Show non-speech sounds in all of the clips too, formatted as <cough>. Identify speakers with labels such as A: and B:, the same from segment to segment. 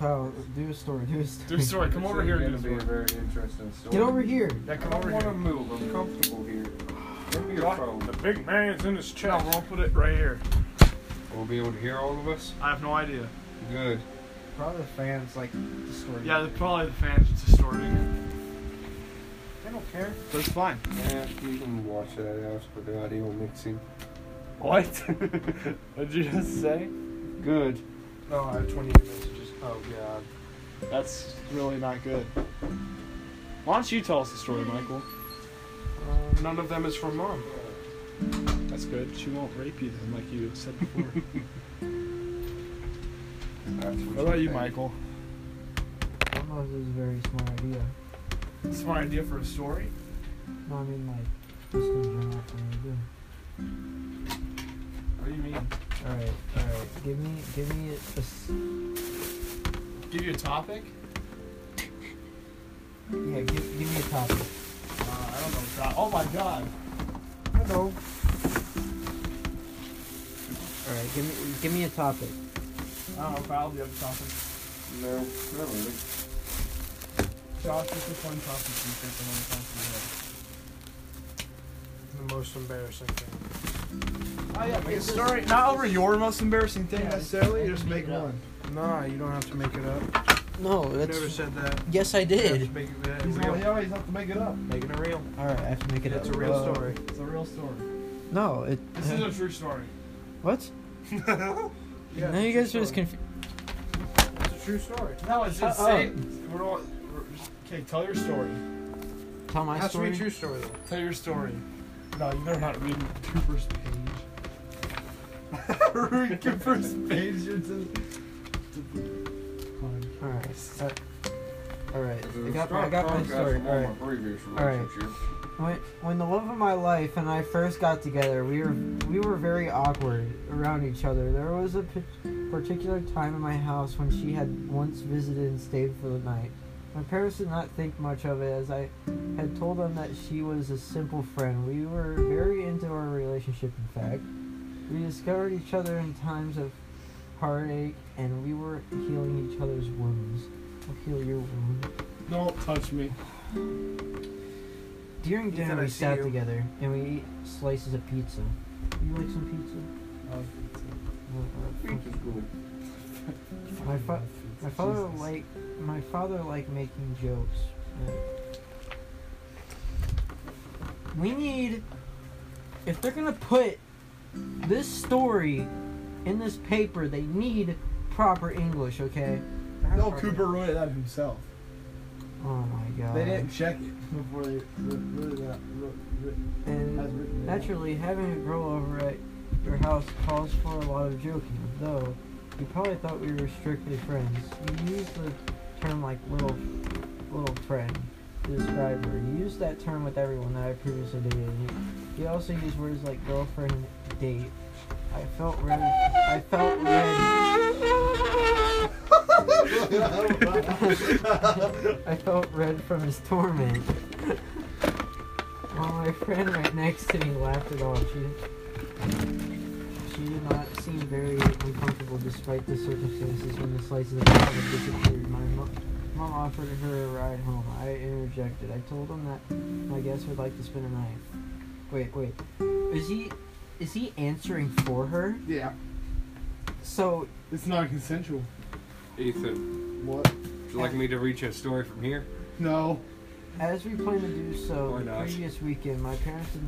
A: do a story. Do a story.
B: Do a story. Come over here and
C: It's
B: do a
C: gonna be a
B: story.
C: very interesting story.
A: Get over here.
B: Yeah,
C: I
B: come
C: don't
B: over
C: want
B: here.
C: to move. I'm comfortable here. Give me your phone.
B: big man's in his chest. No, we'll put it right here.
C: We'll be able to hear all of us.
B: I have no idea.
C: Good.
A: Probably the fans like the story.
B: Yeah, they're probably the fans are distorting it.
A: they don't care.
B: But it's fine.
C: Yeah, you can watch that after the audio mixing.
B: What? <laughs> What'd you just say?
C: Good.
A: No, I have 28 messages. Oh god.
B: That's really not good. Why don't you tell us the story, Michael? Uh,
A: Um,
C: None of them is from mom.
B: That's good. She won't rape you then, like you said <laughs> before.
C: That's what,
B: what about you,
C: think.
B: Michael?
A: Domino's is a very smart idea.
B: Smart idea for a story?
A: No, I mean like just in general for me to do.
B: What do you mean?
A: All right, all right. Give me, give me a. s-
B: Give you a topic?
A: yeah, give, give me a topic.
B: Uh, I don't know. God. Oh my god.
A: Hello. All right, give me, give me a topic.
B: I don't know, Kyle, do you have a topic?
C: No, not really.
B: Josh, what's the fun topic you think the one comes
D: The most embarrassing thing.
B: to your head? Oh yeah, make a story. Not over your most embarrassing thing
D: Yeah,
B: necessarily.
D: it's-
B: Just make
D: yeah.
B: one.
D: Nah, you don't have to make it up.
A: No,
D: You never said that.
A: Yes, I
D: You have to
A: did.
D: make it that
B: He's
D: real.
B: not, he always have to make it up.
D: Making it real.
A: All right, I have to make it
D: It's
A: up.
D: a real
A: Uh,
D: story.
B: It's a real story.
A: No, it.
B: This is a true story.
A: what?
D: <laughs> Yeah,
A: now
D: it's
A: you
D: a
A: guys are
D: true
A: just
D: story.
A: confused.
D: It's a true story.
B: No, it's
A: Shut
B: just say. We're all. We're just, okay, tell your story.
A: Tell my
D: has to
A: story.
D: be a true story though.
B: Tell your story. No, you better not read the first page.
D: <laughs>
B: read the first page. You're just.
A: All right. Uh, all right.
C: It's a
A: I got, my, I
C: strong
A: got my
C: contrast
A: story.
C: from
A: All
C: all
A: right.
C: my previous
A: right.
C: relationships.
A: When, when the love of my life and I first got together, we were we were very awkward around each other. There was a p- particular time in my house when she had once visited and stayed for the night. My parents did not think much of it, as I had told them that she was a simple friend. We were very into our relationship, in fact. We discovered each other in times of heartache, and we were healing each other's wounds. I'll heal your wound.
B: Don't touch me.
A: During
D: Ethan,
A: dinner,
D: I
A: we
D: see
A: sat
D: you.
A: together and we ate slices of pizza. You like some pizza?
C: Which is good.
A: My, fa- my father like my father liked making jokes. We need if they're gonna put this story in this paper, they need proper English, okay?
B: No, Cooper wrote that himself.
A: Oh my god.
B: They didn't check it Uh, <laughs> before they really that wrote, writ-
A: And
B: as written. <laughs>
A: Naturally, having a girl over at your house calls for a lot of joking, though you probably thought we were strictly friends. You use the term like little little friend to describe her. You use that term with everyone that I previously dated. You, you also use words like girlfriend, date. I felt red. I felt red.
E: <laughs>
A: I felt red from his torment. While my friend right next to me laughed it off, she, she did not seem very uncomfortable despite the circumstances when the slices of pizza disappeared. My mo- mom offered her a ride home. I interjected. I told him that my guest would like to spend a night. Wait, wait. Is he is he answering for her?
B: Yeah,
A: So
B: it's not consensual.
C: Ethan,
B: What?
C: would you like me to reach a story from here?
B: No.
A: As we planned to do so
C: Why
A: the
C: not?
A: previous weekend, my parents did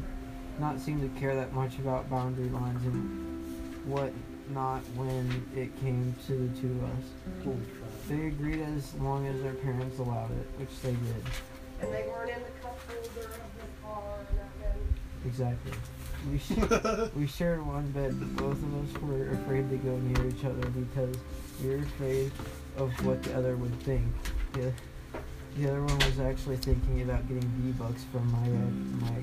A: not seem to care that much about boundary lines and what not when it came to the two of us.
B: Holy
A: They agreed as long as their parents allowed it, which they did.
F: and they weren't in the cup holder of the car or nothing.
A: Exactly. We, sh- we shared one bed, but both of us were afraid to go near each other because we were afraid of what the other would think. The, the other one was actually thinking about getting V bucks from my uh, my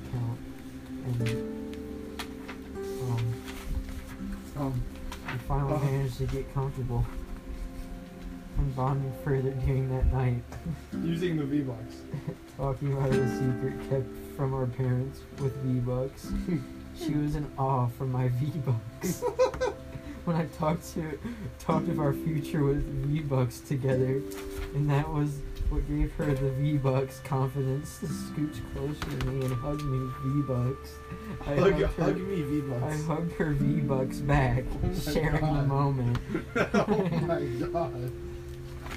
A: account, and um,
B: Um,
A: we finally
B: Uh-huh.
A: managed to get comfortable and bonded further during that night,
B: using the V <laughs> box.
A: talking about the secret kept from our parents with V bucks. She was in awe from my V bucks. <laughs> when I talked to talked of our future with V Bucks together, and that was what gave her the V Bucks confidence to scooch closer to me and hug me V Bucks.
B: Oh,
A: I
E: Hug,
A: hugged her-
E: hug me, V
A: I
B: <laughs>
E: Bucks.
A: hugged her V Bucks back,
E: my
A: sharing the
E: God.
A: moment.
E: oh my god.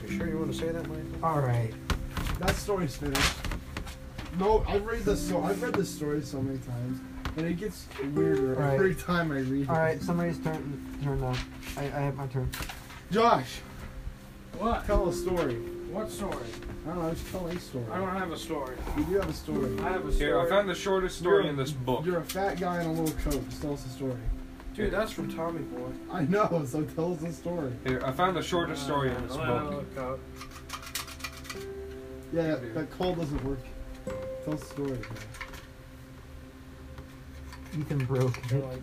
D: Are you sure you want to say that, Michael?
A: All right,
E: That story's finished. No, I've read this so I've read this story so many times, and it gets weirder
A: All right.
E: every time I read it.
A: all right. Somebody's turn. Turn now. I, I have my turn.
E: Josh,
D: What?
E: tell a story.
D: What story?
E: I don't know, just tell a story.
D: I don't have a story.
E: You do have a story.
D: I have a story.
C: Here, I found the shortest story
E: You're-
C: in this book.
E: You're a fat guy in a little coat. Just tell us a story.
D: Dude, that's from Tommy Boy.
E: I know, <laughs> so tell us a story.
C: Here, I found the shortest story in this book.
D: book.
E: Yeah, that, that call doesn't work. Tell us a story. man.
A: Ethan broke it.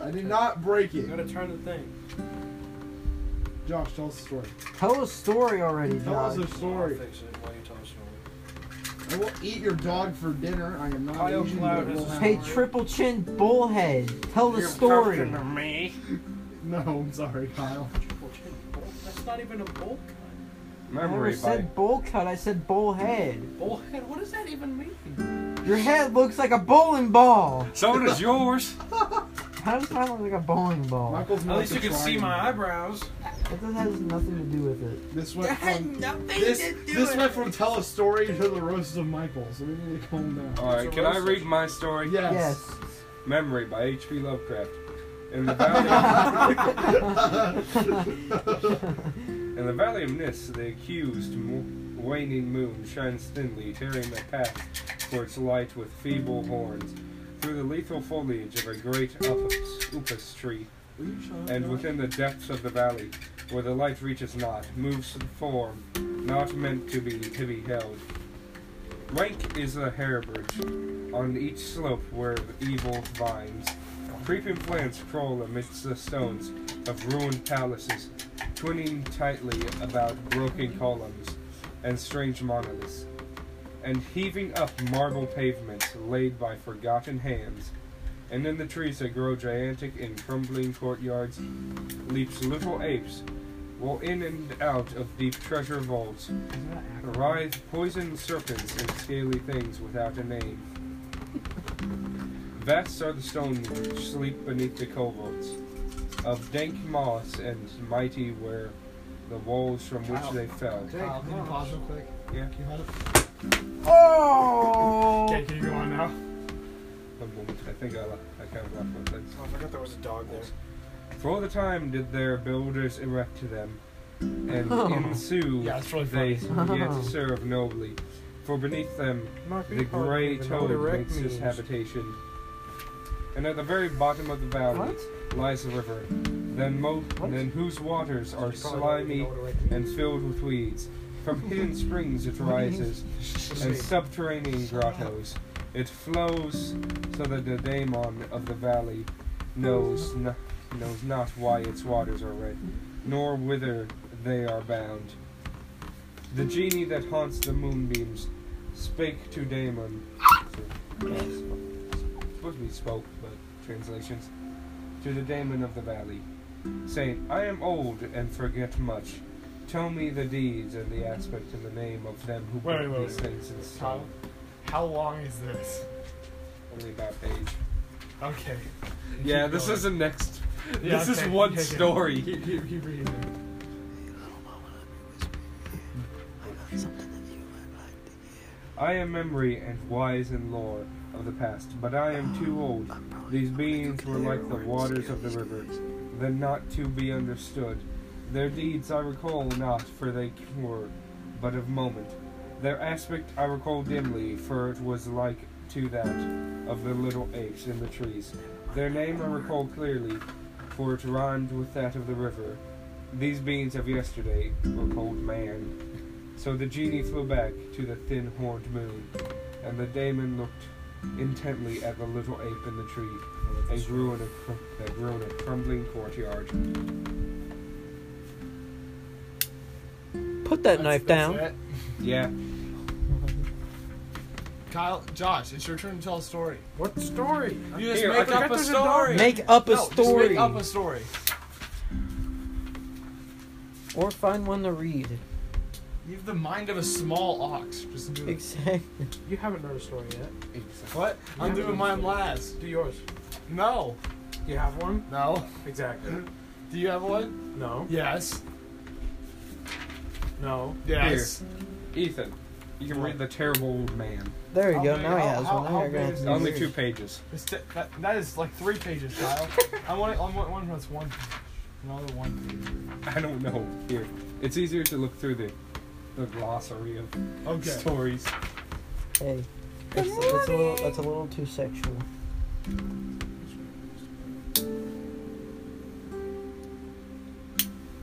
E: I did not break
D: You
E: it.
D: gotta turn the thing.
E: Josh, tell us a story.
A: Tell a story already,
E: Tell us
A: Josh.
E: a
D: I'll
E: story.
D: fix it while you tell a story.
E: I will eat your dog for dinner. I am not
D: Kyle
E: Asian,
D: Cloud
E: but
D: has
E: we'll
D: a
E: have-
A: Hey, triple chin bullhead. Tell the story.
C: me.
E: No, I'm sorry, Kyle.
D: Triple chin bowl? That's not even a bowl cut.
A: I never
C: Memory bite.
A: said bowl cut. I said bullhead.
D: Bullhead? What does that even mean?
A: Your head looks like a bowling ball.
C: So does yours.
A: How does mine look like a bowling ball?
E: Michael's
D: At least you can see my eyebrows.
A: That does- has nothing to do with it.
E: This went from
D: nothing
E: um, this, this went from tell a story to the roast of Michael. So we need to calm down.
C: All right, can I read my story?
E: Yes.
A: Yes.
C: Memory by H.P. Lovecraft. In the
A: <laughs>
E: <laughs>
C: valley, in the valley of mists, the accused mo- waning moon shines thinly, tearing the path for its light with feeble horns. Through the lethal foliage of a great upas, upas tree,
E: Will you shut
C: and
E: up?
C: within the depths of the valley, where the light reaches not, moves the form not meant to be to be held. Rank is the hairbridge on each slope where evil vines, creeping plants crawl amidst the stones of ruined palaces, twining tightly about broken columns and strange monoliths, and heaving up marble pavements laid by forgotten hands. And in the trees that grow gigantic in crumbling courtyards leaps little apes, while in and out of deep treasure vaults writhe poison serpents and scaly things without a name. Vast are the stones which sleep beneath the coverts, of dank moss and mighty were the walls from which they fell.
E: Kyle, can you pause real quick?
C: Yeah.
E: Can you hold it?
A: Oh!
E: can you go on now?
C: One moment, I think I, left, I kind of left one place.
D: Oh, I forgot there was a dog there.
C: For all the time did their builders erect them, and
A: Oh.
C: in sooth
E: Yeah, it's really
C: they
A: funny.
C: yet serve nobly. For beneath them the grey toad makes his habitation, and at the very bottom of the valley
A: What?
C: lies the river, then, mo-
A: What?
C: then whose waters are
D: You probably
C: slimy
D: don't even know what a rec means.
C: and filled with weeds. From
A: <laughs>
C: hidden springs it rises, and subterranean grottos. It flows so that the daemon of the valley knows, n- knows not why its waters are red, nor whither they are bound. The genie that haunts the moonbeams spake to Daemon. Supposed to be spoke, but translations. To the Daemon of the valley, saying, I am old and forget much. Tell me the deeds and the aspect and the name of them who
E: Wait,
C: put
E: wait,
C: these
E: wait.
C: things in stone.
E: Kyle, how long is this?
C: Only about page.
E: Okay.
C: Yeah, this
E: going.
C: is the next.
E: Yeah,
C: this
E: okay.
C: is one
E: Yeah, yeah.
C: story.
E: Keep, keep, keep reading.
C: I am memory and wise in lore of the past, but I am too old. These beings were like the waters of the river, then not to be understood. Their deeds I recall not, for they were but of moment. Their aspect I recall dimly, for it was like to that of the little apes in the trees. Their name I recall clearly, for it rhymed with that of the river. These beings of yesterday were called man. So the genie flew back to the thin horned moon, and the daemon looked intently at the little ape in the tree that grew in a, crum- that grew in a crumbling courtyard.
A: Put that knife down.
E: That's it.
C: Yeah,
E: Kyle, Josh, it's your turn to tell a story.
D: What story?
E: You just
C: Here, I
E: make
C: forgot
E: up a
D: there's a
E: story.
D: dog.
A: Make up a
E: No, just
A: story.
E: make up a story.
A: Or find one to read. <laughs>
B: You have the mind of a small ox. Just do it.
A: Exactly.
D: You haven't heard a story yet.
B: What? I'm doing mine last.
D: Do yours.
B: No.
D: You have one?
B: No.
D: Exactly.
B: Do you have one?
D: No.
B: Yes.
D: No.
B: Yes.
C: Ethan, you can read The Terrible Old Man.
A: There you
B: How
A: go.
B: big-
A: Now he
B: how-
A: has
B: how-
A: one. Now
B: how
A: you're gonna
B: big
A: have
B: is
A: to
B: it?
A: do
C: Only
A: yours.
C: two pages.
B: It's t- that, that is like three pages,
E: <laughs>
B: Kyle. I want it, I want one that's one page. Another one page.
C: I don't know. Here. It's easier to look through the, the glossary of stories.
A: Hey, that's, that's a little that's a little too sexual.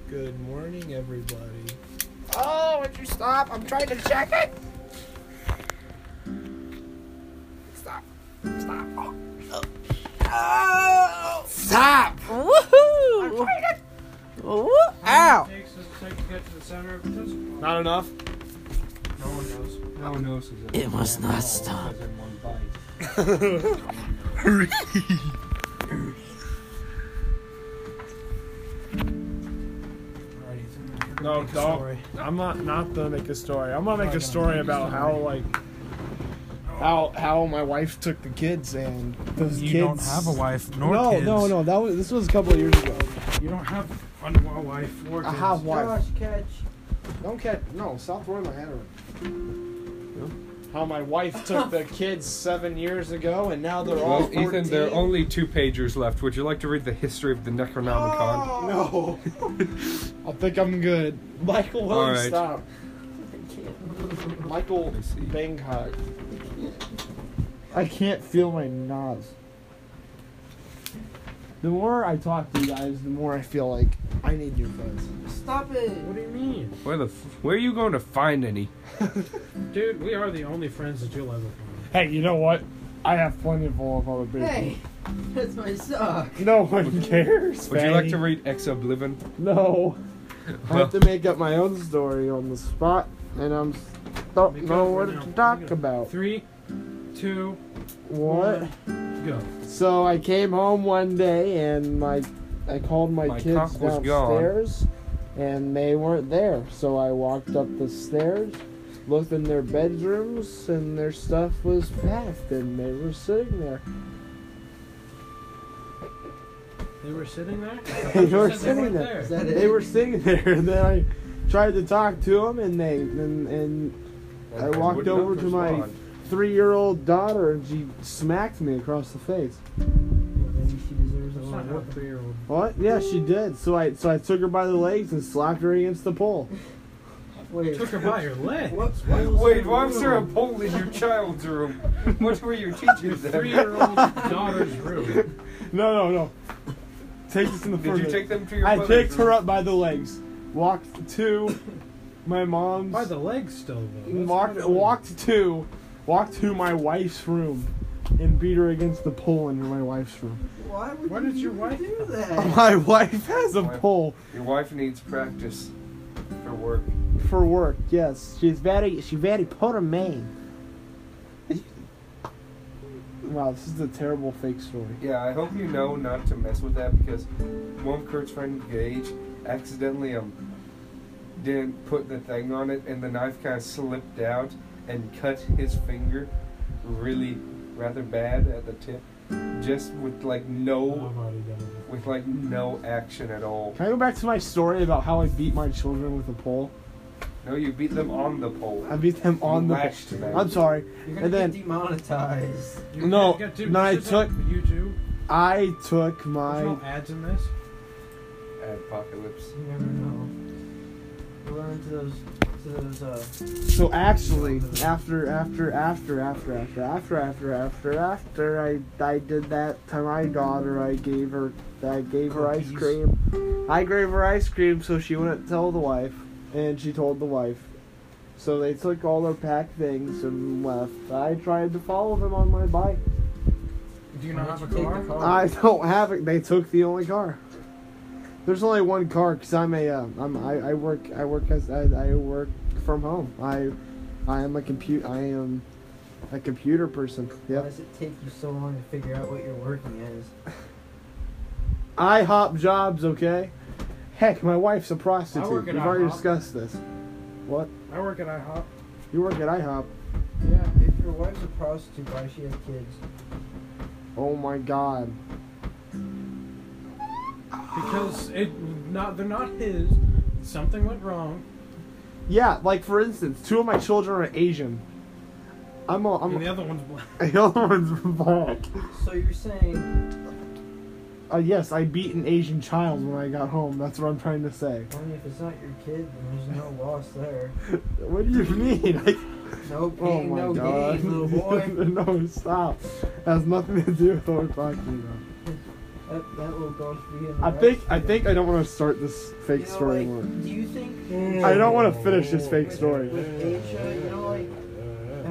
B: Good morning, everybody.
D: Oh, would you stop? I'm trying to check it. Stop. Stop. Oh.
A: Stop! Woohoo! Woo! Ow!
D: Takes us a second to get to the center of the testicle.
B: Not enough.
D: No one knows.
C: No one knows it's
A: It must
C: Yeah,
A: not
C: no,
A: stop.
C: because in one bite.
E: No, dog. I'm not not gonna make a story. I'm gonna make a story about how like how how my wife took the kids and those You kids. don't have a wife nor no, kids. no, no. That was this was a couple of years ago. You don't have.
D: Underwater wife. War
E: I have wife.
A: Josh, catch.
E: Don't catch. No, South Florida, my Anna. How my wife took <laughs> the kids seven years ago, and now they're all.
C: Well,
E: 14.
C: Ethan, there are only two pagers left. Would you like to read the history of the Necronomicon?
A: Oh,
C: <laughs>
E: No. I think I'm good. Michael, will
C: All
E: you
C: right.
E: stop? Michael
C: I see.
E: Bangkok. I can't feel my nose. The more I talk to you guys, the more I feel like I need your friends.
A: Stop it!
D: What do you mean?
C: Where the f- where are you going to find any?
D: Dude, we are the only friends that you'll ever find.
E: Hey, you know what? I have plenty of all of other people.
A: Hey, that's my sock.
E: No one cares.
C: Would you like to
E: Fanny.
C: read Ex Oblivion?
E: No. I
C: Well-
E: have to make up my own story on the spot, and I'm s- don't
D: Make
E: know
D: up
E: what
D: right now.
E: to
D: Make
E: talk
D: up.
E: about.
D: Three, two,
E: What?
D: go.
E: So I came home one day and my I called my,
C: My
E: kids
C: cock was
E: downstairs and they weren't there. So I walked up the stairs, looked in their bedrooms and their stuff was packed and they were sitting there.
D: They were sitting there?
E: They
D: You
E: were
D: said they
E: sitting
D: weren't
E: there.
A: Is that it?
E: They were sitting there and then I tried to talk to them and they and, and I walked
C: would not
E: over to my-
C: respond.
E: three-year-old daughter and she smacked me across the face.
A: Well, maybe she deserves a
D: It's not
A: lot
D: how a
A: of
D: three-year-old.
E: What? Yeah, she did. So I so I took her by the legs and slapped her against the pole.
A: Wait.
D: Took her by her leg.
A: What?
C: Wait, why was there a pole in your child's room? <laughs> What were you
D: Your
C: teaching them?
D: three-year-old daughter's room.
E: No, no, no. Take this in the
C: Did you
E: further.
C: take them to your?
E: I
C: mother's
E: picked her
C: room?
E: up by the legs, walked to my mom's,
D: By the leg still, though. That's
E: walked,
D: not a-
E: walked to, walked to my wife's room, and beat her against the pole in my wife's room.
A: Why would
D: Why did
A: you
D: your wife-
A: do that?
E: <laughs> My wife has a pole
C: Your wife needs practice for work.
E: for work. Yes, she's very, she very poor man. Wow, this is a terrible fake story.
C: Yeah, I hope you know not to mess with that because one of Kurt's friend Gage accidentally um didn't put the thing on it and the knife kind of slipped out and cut his finger really rather bad at the tip just with like
D: Oh,
C: no
D: I've already done it.
C: with like no action at all.
E: Can I go back to my story about how I beat my children with a pole?
C: No, you beat them on the pole.
E: I beat them on
C: You
E: the.
C: lashed them.
E: I'm sorry.
A: You're gonna
E: And then-
A: get demonetized.
D: You
E: No,
D: can't get
E: no, I
D: this isn't YouTube.
E: I took
D: There's
E: my
D: no ads in this.
C: Apocalypse.
A: You never know. Learn to those. To those. Uh,
E: so actually after after after after after after after after after I I did that to my daughter. I gave her I gave her ice
D: Cookies.
E: cream. I gave her ice cream so she wouldn't tell the wife, and she told the wife. So they took all their packed things and left. I tried to follow them on my bike.
D: Do you
A: why
D: not
A: don't
D: have a
A: you take
D: car?
A: the car?
E: I don't have it. They took the only car. There's only one car because I'm a um, I'm I, I work I work as I, I work from home. I I am a compute I am a computer person.
A: Why
E: Yep.
A: does it take you so long to figure out what you're working as?
E: I hop jobs. Okay. Heck, my wife's a
D: I
E: prostitute.
D: work at
E: We've already
D: IHOP.
E: discussed this. What?
D: I work at IHOP.
E: You work at IHOP.
A: Yeah, if your wife's a prostitute, why she have kids?
E: Oh my god.
D: Because it not they're not his. Something went wrong.
E: Yeah, like for instance, two of my children are Asian. I'm a, I'm
D: And the
E: a, <laughs>
D: other one's black.
E: the other one's black.
A: So you're saying,
E: Uh, yes, I beat an Asian child when I got home. That's what I'm trying to say. <laughs>
A: only if it's not your kid, then there's no loss there.
E: What do you mean? <laughs> I,
A: No
E: oh
A: pain,
E: my
A: no
E: god.
A: gain, little
E: <laughs>
A: boy.
E: no, stop. That has nothing to do with what we're talking about.
A: <laughs>
E: <laughs>
A: that, that little girl should be in the
E: I
A: right
E: think I
A: field.
E: think I don't want to start this fake
A: You know,
E: story
A: like,
E: anymore.
A: Do you think
E: I don't want to finish this fake
A: with,
E: story.
A: with Asia, you know, like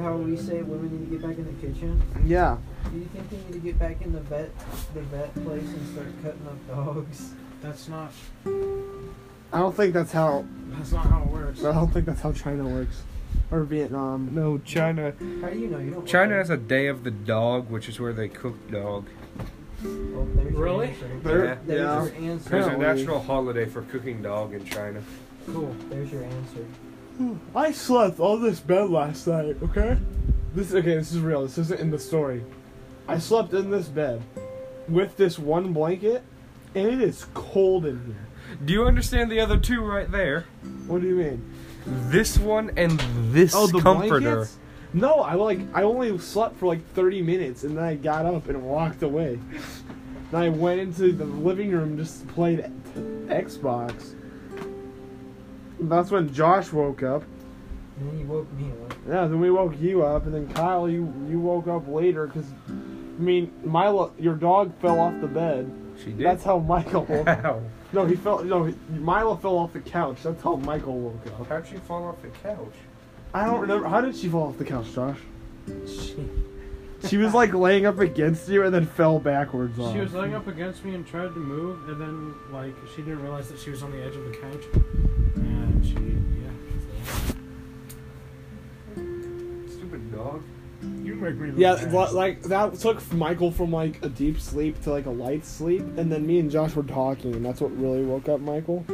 A: how we say women need to get back in the kitchen?
E: Yeah.
A: Do you think they need to get back in the vet, the vet place and start cutting up dogs?
D: That's not
E: I don't think that's how
D: that's not how it works.
E: I don't think that's how China works. Or Vietnam. No, China.
A: How do you know you don't?
C: China has a Day of the Dog, which is where they cook dog.
A: Oh, there's your
D: Really?
A: answer.
E: There-
A: There's
E: yeah.
A: your answer.
C: There's a
E: Apparently.
C: national holiday for cooking dog in China.
D: Cool.
A: There's your answer.
E: I slept on this bed last night, okay? This okay, this is real. This isn't in the story. I slept in this bed with this one blanket and it is cold in here.
C: Do you understand the other two right there?
E: What do you mean? Oh,
C: This one and this comforter.
E: blankets? No, I like I only slept for like 30 minutes and then I got up and walked away. Then I went into the living room just played Xbox. That's when Josh woke up.
A: And then you woke me up.
E: Yeah, then we woke you up, and then Kyle, you you woke up later because, I mean, Milo, your dog fell off the bed.
C: She did.
E: That's how Michael.
C: <laughs>
E: Woke,
C: Ow.
E: no, he fell. No, he- Milo fell off the couch. That's how Michael woke up.
C: How'd she fall off the couch?
E: I don't remember. How did she fall off the couch, Josh? She was like laying up against you and then fell backwards. Off.
D: She was laying up against me and tried to move, and then like she didn't realize that she was on the edge of the couch, and she yeah.
C: Stupid dog.
D: You make me.
E: Yeah, it's li- like that took Michael from like a deep sleep to like a light sleep, and then me and Josh were talking, and that's what really woke up Michael.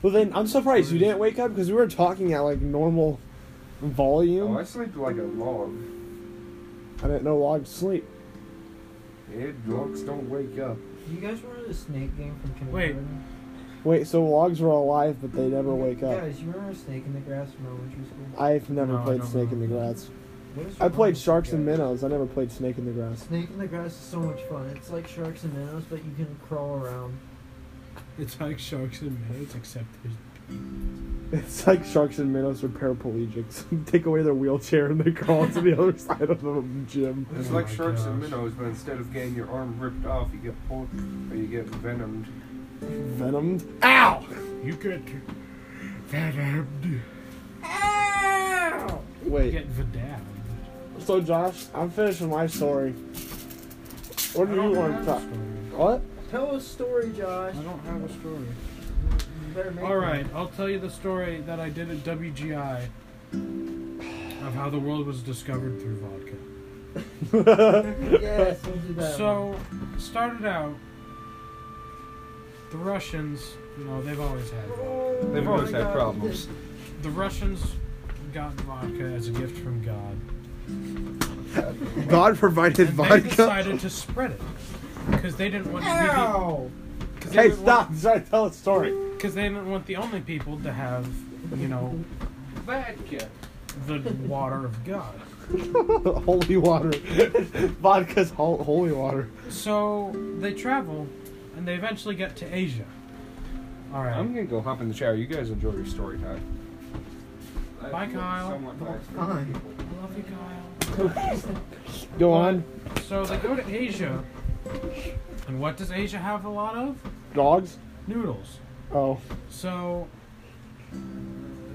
E: Well, then I'm surprised you didn't wake up because we were talking at like normal
C: Oh, I
E: volume.
C: sleep like a log.
E: I didn't know logged sleep.
C: Yeah, dogs don't wake up.
A: Do you guys remember the snake game from
D: Wait.
A: kindergarten?
E: Wait, so logs were alive, but they never wake up.
A: Guys, you remember Snake in the Grass from elementary school?
E: I've never
D: No, I
E: played
D: don't
E: Snake
D: know.
E: in the Grass.
A: What is
E: I
A: wrong
E: played
A: with you
E: Sharks and
A: guys?
E: Minnows. I never played Snake in the Grass.
A: Snake in the Grass is so much fun. It's like Sharks and Minnows, but you can crawl around.
D: It's like sharks and minnows, except there's
E: <laughs> It's like Sharks and Minnows are paraplegics. <laughs> Take away their wheelchair and they crawl to the other <laughs> side of the gym.
C: It's
D: Oh
C: like
D: my
C: sharks and
D: gosh.
C: minnows, but instead of getting your arm ripped off, you get pulled or you get venomed.
E: Venomed. Ow!
D: you get vadabbed. You
E: Wait.
D: get vadabbed.
E: So Josh, I'm finishing my story. What do you want to talk? What?
A: Tell a story, Josh.
D: I don't have a story.
A: You better make
D: All right, I'll tell you the story that I did at WGI of how the world was discovered through vodka.
A: one. Yes, we'll do that. one.
D: So, started out, the Russians, you know, they've always had vodka.
C: They've
A: Oh
C: always
A: my
C: had
A: God.
C: problems.
D: The Russians got vodka as a gift from God.
E: <laughs> God provided
D: And they decided to spread it. Because they didn't want to
A: Ow!
D: be. Cause
E: Hey, stop! I'm trying to tell a story. <laughs>
D: Because they didn't want the only people to have, you know,
C: Vodka.
D: the water of God.
E: holy water. <laughs> Vodka's hol- holy water.
D: So they travel, and they eventually get to Asia. All right.
C: I'm gonna go hop in the shower. You guys enjoy your story time.
D: Bye, Kyle.
A: Fine.
D: Love you, Kyle.
E: Go on.
D: So they go to Asia, and what does Asia have a lot of?
E: Dogs.
D: Noodles.
E: Oh. <laughs>
D: So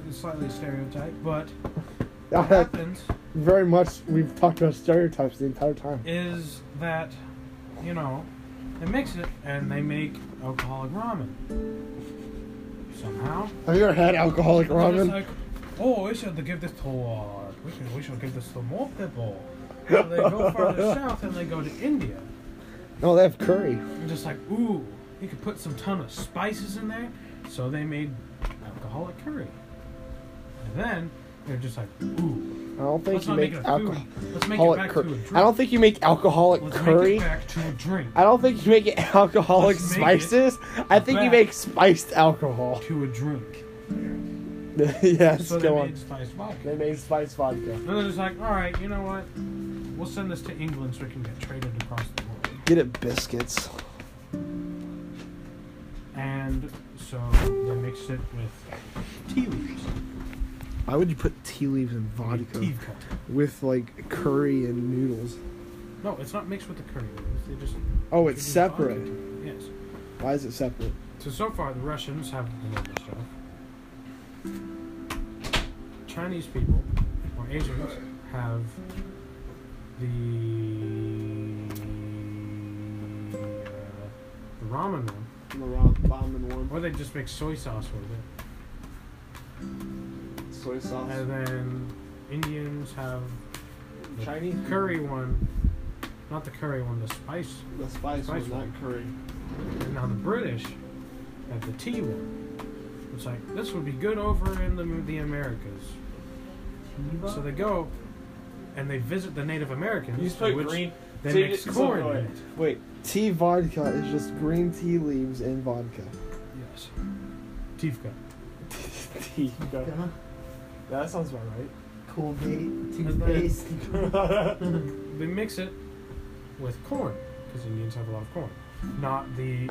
D: it's slightly stereotype, but what
E: That
D: happens
E: very much. We've talked about stereotypes the entire time.
D: is that you know they mix it and they make alcoholic ramen somehow.
E: Have you ever had alcoholic
D: They're just
E: ramen?
D: like, oh, we should give this to uh, we should we should give this to more people. So they go further south and they go to India.
E: No, they have curry.
D: I'm just like, ooh, You could put some ton of spices in there, so they made alcoholic curry. And then they're just like, ooh,
E: I don't think
D: let's
E: you
D: not
E: make,
D: make it a food.
E: alcoholic
D: Let's make it back to a drink.
E: curry. I don't think you make alcoholic
D: Let's
E: curry.
D: make it back to a drink.
E: I don't think you make <laughs> it alcoholic
D: Let's make it
E: spices. I think you
D: back.
E: make spiced alcohol. <laughs>
D: To a drink.
E: yes,
D: so they
E: go
D: made
E: on.
D: spiced vodka.
E: They made spiced vodka.
D: And they're just like, all right, you know what? We'll send this to England so it can get traded across the world.
E: Get it biscuits.
D: And so they mixed it with tea leaves.
E: Why would you put tea leaves and
D: Tea
E: vodka
D: cup.
E: with like curry and noodles?
D: No, it's not mixed with the curry leaves. They just
E: Oh,
D: they
E: it's
D: just
E: separate.
D: vodka. Yes.
E: Why is it separate?
D: So so far the Russians have done this stuff. Chinese people or Asians have the uh, the ramen one,
E: The ramen one.
D: or they just make soy sauce with it,
E: Soy sauce.
D: and then Indians have the
E: Chinese
D: curry one, not the curry one, the spice,
E: The spice,
D: Spice
E: was
D: one.
E: not curry.
D: and now the British have the tea one. It's like this would be good over in the the Americas. So they go and they visit the Native Americans.
B: You
D: to
B: spelled
D: which
B: green.
D: They
B: Tea
D: mix
B: is
D: corn.
B: so good.
D: in it.
E: Wait, tea vodka is just green tea leaves and vodka.
D: Yes. Tifka.
E: tea. that sounds about
A: Cool bait,
D: toothpaste.
A: toothpaste.
E: right.
D: <laughs> They mix it with corn because Indians have a lot of corn. Not the.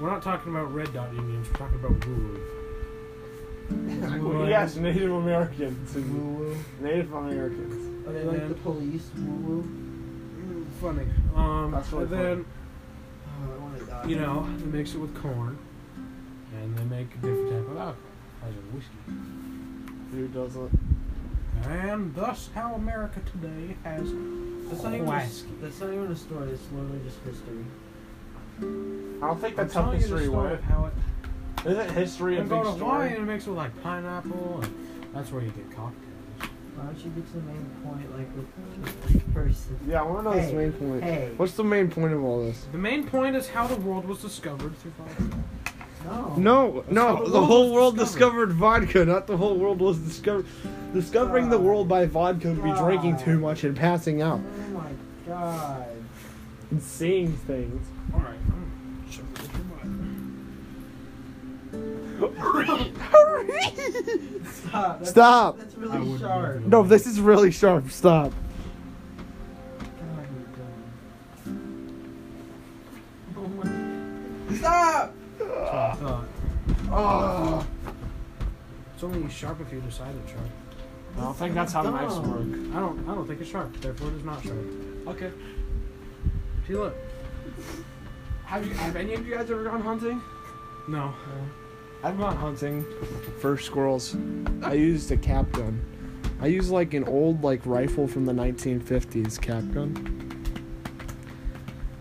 D: We're not talking about red dot Indians. We're talking about woo
E: <laughs>
D: woo.
E: yes, Native Americans. and
A: Woo-woo.
E: Native Americans.
A: Are they like the police? Woo-woo.
D: Funny. Um,
E: That's really
D: and then
A: Oh, I want to die.
D: you know they mix it with corn, and they make a different type of alcohol, as in whiskey.
E: Who doesn't?
D: And thus, how America today has
A: That's not, even a, s-
D: Whiskey.
A: that's not even a story. It's literally just history.
E: I don't think
D: I'm
E: that's how
D: telling you the
E: history
D: story
E: went.
D: of how it.
E: Isn't history a
D: And go
E: big
D: to Hawaii
E: story?
D: and it makes it with like pineapple, and that's where you get cocktails.
A: Why don't you get to the main point, like with each person?
E: Yeah, I want to know this
A: Hey,
E: main point.
A: hey.
E: What's the main point of all this?
D: The main point is how the world was discovered through vodka.
A: No.
E: No,
D: how
E: no,
D: the
E: the
D: world
E: whole
D: was
E: world
D: discovered.
E: discovered vodka, not the whole world was discovered. Discovering the
D: Uh,
A: God.
E: world by vodka would be drinking too
A: God.
E: much and passing out.
A: Oh my god.
E: And seeing things.
D: All right.
A: Stop. That's,
E: Stop.
A: That's
D: I
A: really
D: wouldn't
A: sharp.
D: do
E: <laughs> No, this is really sharp. Stop.
A: God, you're dumb. Oh my. Stop!
D: I thought
A: Oh.
D: Uh, it's only sharp if you decide it's sharp.
E: I don't think that's how
A: knives
E: work.
D: I don't. I don't think it's sharp. Therefore, it is not sharp. Okay. See, look.
B: Have you? Have any of you guys ever gone hunting?
D: No.
E: I've gone hunting for squirrels. I used a cap gun. I used like an old like rifle from the 1950s cap gun.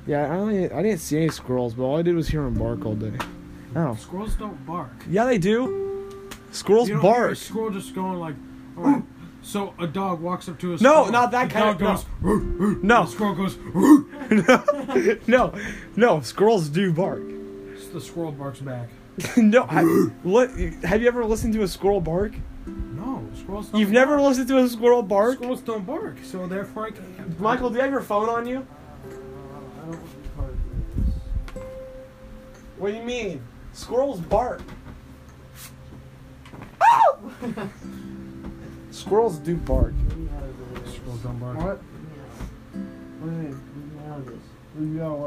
E: Yeah, I only, I didn't see any squirrels, but all I did was hear them bark all day. Oh,
D: Squirrels don't bark.
E: yeah, they do. Squirrels
D: You don't hear
E: <laughs>
D: a
E: bark.
D: squirrel just going like. All right. So a dog walks up to a
E: No,
D: squirrel.
E: not that
D: the
E: kind of-
D: dog goes, "Roo, roo,"
E: No.
D: and The squirrel goes. "Roo."
E: no, no, squirrels do bark. <laughs>
D: The squirrel barks back.
E: no, I, what? Have you ever listened to a squirrel bark?
D: No, squirrels. Don't
E: You've
D: bark.
E: never listened to a squirrel bark?
D: Squirrels don't bark, so therefore I can't.
E: Michael, do you have your phone on you?
A: I don't want to be part of this.
E: What do you mean? Squirrels bark. <laughs> Squirrels do bark.
A: Get me out of this.
D: Squirrels don't bark.
A: Get me out.
E: What do you mean?
A: Get me out of this.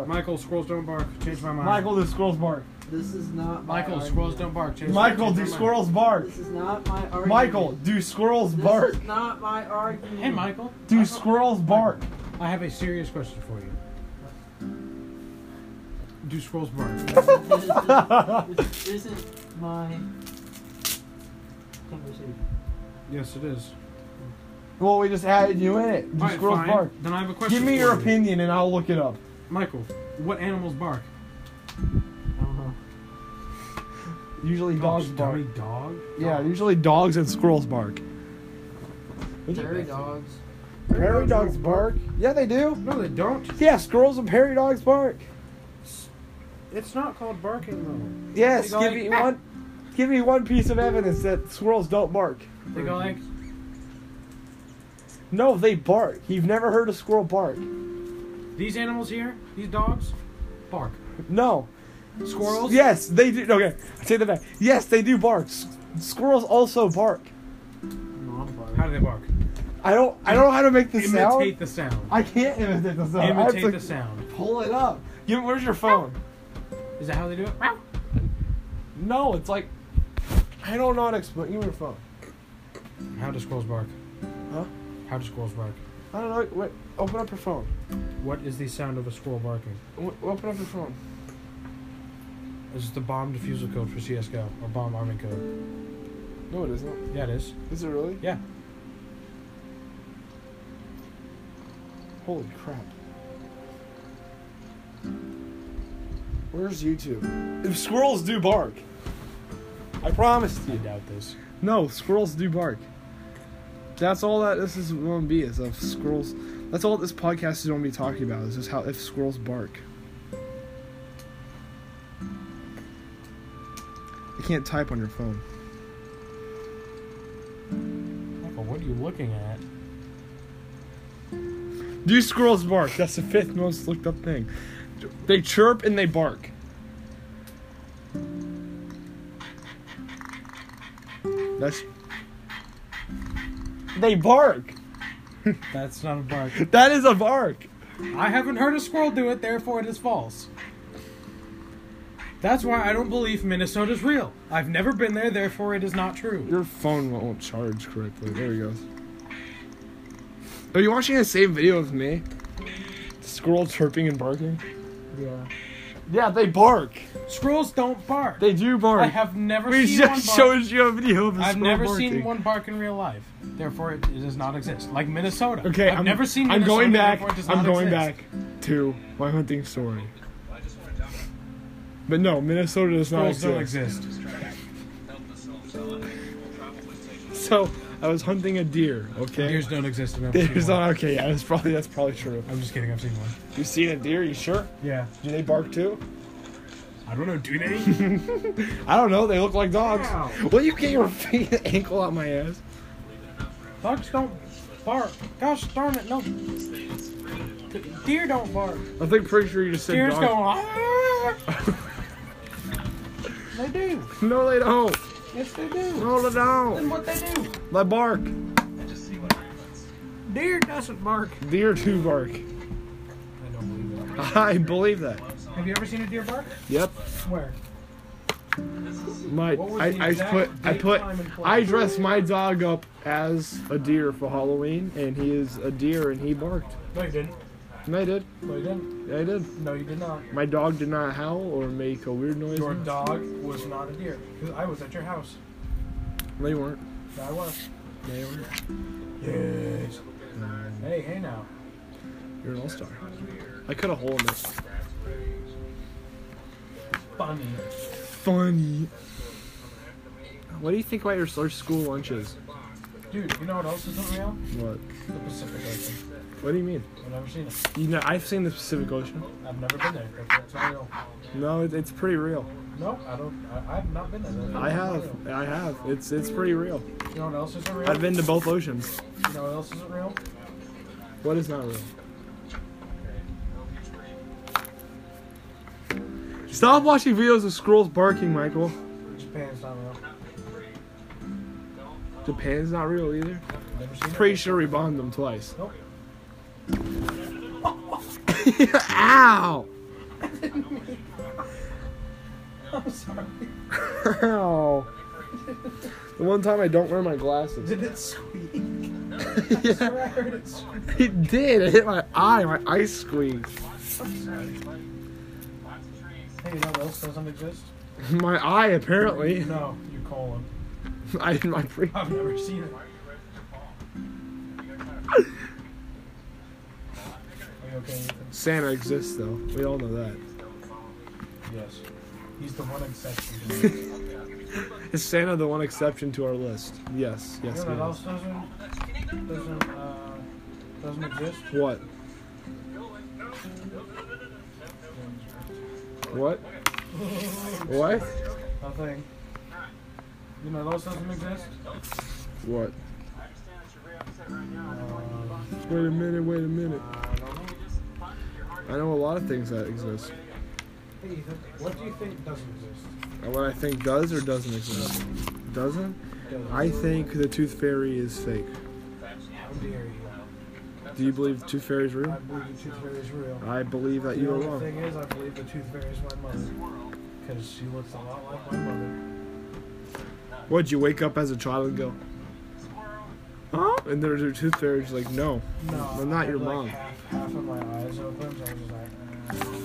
D: Michael, squirrels don't bark. Change my mind.
E: Michael, do squirrels bark?
A: This is not my
D: Michael, squirrels don't
A: argument.
D: bark. Change
E: Michael,
D: change my
E: do
D: mind.
E: squirrels bark?
A: This is not my argument.
E: Michael, do squirrels
A: this
E: bark?
A: is not my argument.
D: Hey, Michael.
E: Do
D: Michael,
E: squirrels bark?
D: I have a serious question for you. Do squirrels bark?
A: This isn't, this isn't my conversation.
D: yes, it is.
E: Well, we just added you in it. Do
D: All right,
E: squirrels
D: fine.
E: bark?
D: Then I have a question.
E: Give me
D: for
E: your
D: you.
E: opinion and I'll look it up.
D: Michael. What animals bark?
A: I don't know.
E: Usually dogs
D: Gosh,
E: bark.
D: Dummy dog.
E: Yeah, usually dogs and squirrels bark.
A: Prairie dogs.
E: Prairie dogs bark? Yeah, they do.
D: No, they don't.
E: Yeah, squirrels and prairie dogs bark.
D: It's not called barking
E: Yes,
D: Like-
E: give me one. Give me one piece of evidence that squirrels don't bark.
D: though. They go like,
E: No, they bark. You've never heard a squirrel bark.
D: these animals here, these dogs, bark.
E: No.
D: Squirrels,
E: Yes, they do. Okay, I take that back. Yes, they do bark. S- squirrels also bark.
D: how do they bark?
E: I don't. I don't know how to make the
D: Imitate
E: sound.
D: the sound.
E: I can't imitate the sound. I
D: Imitate
E: have to
D: the sound.
E: pull it up. Give, where's your phone?
D: Is that how they do it?
E: No, it's like I don't know how to explain. Give me your phone.
D: How do squirrels bark?
E: Huh?
D: How do squirrels bark?
E: I don't know. Wait, open up your phone.
D: What is the sound of a squirrel barking?
E: W- open up your phone.
D: This is the bomb defusal code for CSGO, or bomb arming code.
E: No, it isn't.
D: Yeah, it is.
E: Is it really?
D: Yeah.
E: Holy crap. Where's YouTube? If squirrels do bark. I promised
D: I
E: you.
D: doubt this.
E: No, squirrels do bark. That's all that this is going to be is of squirrels. That's all this podcast is going to be talking about is just how if squirrels bark. I can't type on your phone.
D: Michael, what are you looking at?
E: Do squirrels bark? That's the fifth most looked up thing. They chirp and they bark. That's. They bark.
D: That's not a bark.
E: That is a bark.
D: I haven't heard a squirrel do it, therefore it is false. That's why I don't believe Minnesota's real. I've never been there, therefore it is not true.
E: Your phone won't charge correctly. There he goes. Are you watching the same video as me? Squirrel chirping and barking?
A: Yeah.
E: Yeah, they bark.
D: Squirrels don't bark.
E: They do bark.
D: I have never
E: we
D: seen
E: just
D: one bark.
E: showed you a video of a
D: I've
E: squirrel
D: never
E: barking.
D: seen one bark in real life. Therefore, it, it does not exist. Like Minnesota.
E: Okay,
D: I've
E: am
D: never seen.
E: I'm
D: Minnesota,
E: going back.
D: therefore it does
E: I'm
D: not
E: going
D: exist.
E: back to my hunting story. But no, Minnesota does not
D: Squirrels don't
E: exist.
D: exist.
E: So I was hunting a deer. Okay. <laughs>
D: Deers don't exist. I've never seen
E: There's
D: one.
E: not okay. Yeah, that's probably that's probably true.
D: I'm just kidding. I've seen one.
E: You seen a deer? You sure?
D: Yeah.
E: Do they bark too?
D: I don't know. Do
E: <laughs>
D: they?
E: I don't know. They look like dogs. Will you get your <laughs> feet ankle out my ass?
D: Dogs don't bark. Gosh darn it! No. Deer don't bark.
E: I think pretty sure you just said
D: Deer's
E: dogs.
D: going. "Ah." <laughs> they do.
E: No, they don't.
D: Yes, they do.
E: No, they
D: And
E: don't.
D: what they do?
E: They bark.
D: Deer doesn't bark.
E: Deer do bark.
D: I don't believe
E: <laughs> I believe that.
D: that. Have you ever seen a deer bark?
E: Yep.
D: Where?
E: My
D: What was the
E: I, I
D: exact
E: put I
D: date,
E: put
D: time, and place?
E: I dressed my dog up as a deer for Halloween, and he is a deer, and he barked.
D: No, you didn't.
E: And I did.
D: No, you didn't.
E: I did.
D: No, you did not.
E: My dog did not howl or make a weird noise.
D: Your dog was not a deer. 'Cause I was at your house.
E: They weren't.
D: Yeah, I was.
E: They weren't.
D: Yes. Hey, hey now.
E: You're an all star. I cut a hole in this.
D: Funny.
E: Funny. What do you think about your your school lunches?
D: Dude, you know what else isn't real?
E: What?
D: The Pacific Ocean.
E: What do you mean?
D: I've never seen it.
E: You know, I've seen the Pacific Ocean.
D: I've never been there. Therefore, it's not real.
E: No, it, it's pretty real.
D: No, I don't. I, I've not been there. Therefore,
E: I
D: it's not
E: have. I have. It's it's pretty real.
D: real. You know what else isn't real?
E: I've been to both oceans.
D: You know what else isn't real?
E: What is not real? Stop watching videos of squirrels barking, Michael.
D: Japan's not real.
E: Japan's not real either.
D: Never seen it.
E: Pretty sure we bombed them twice. <laughs>
D: Nope. <laughs>
E: Ow!
D: I'm sorry.
E: Ow! The one time I don't wear
D: <laughs>
E: my glasses. <laughs>
D: Did it squeak? <laughs> I
E: yeah,
D: heard it squeak.
E: it did. It hit my eye. My eye squeaked.
D: Hey, you know what else doesn't exist?
E: My eye, apparently. <laughs>
D: No, you call him.
E: I did my pre.
D: I've never seen it. Are you okay, Ethan?
E: Santa exists, though. We all know that.
D: Yes. He's the one
E: <laughs>
D: exception.
E: Is Santa the one exception to our list? Yes,
D: You
E: yes,
D: know what
E: he is.
D: else doesn't doesn't uh, doesn't exist?
E: What? What? What?
D: Nothing. You know those doesn't exist.
E: What?
D: Uh,
E: Wait a minute, wait a minute.
D: I don't know.
E: I know a lot of things that exist.
D: Hey, Ethan, what do you think doesn't exist?
E: And What I think does or doesn't exist? Doesn't?
D: Doesn't.
E: I think the Tooth Fairy is fake.
D: How dare you?
E: Do you believe the Tooth Fairy is
D: I
E: real?
D: believe the tooth fairy is real.
E: I believe that Uh, you are
D: The
E: wrong.
D: thing is, I believe the tooth fairy is my mother. Because she looks a lot like my mother.
E: What'd you wake up as a child and go, huh? And there's your Tooth Fairy's like, no.
D: No,
E: Well, not
D: I had,
E: your
D: like,
E: mom.
D: Half, half of my eyes open, so I was just like, uh,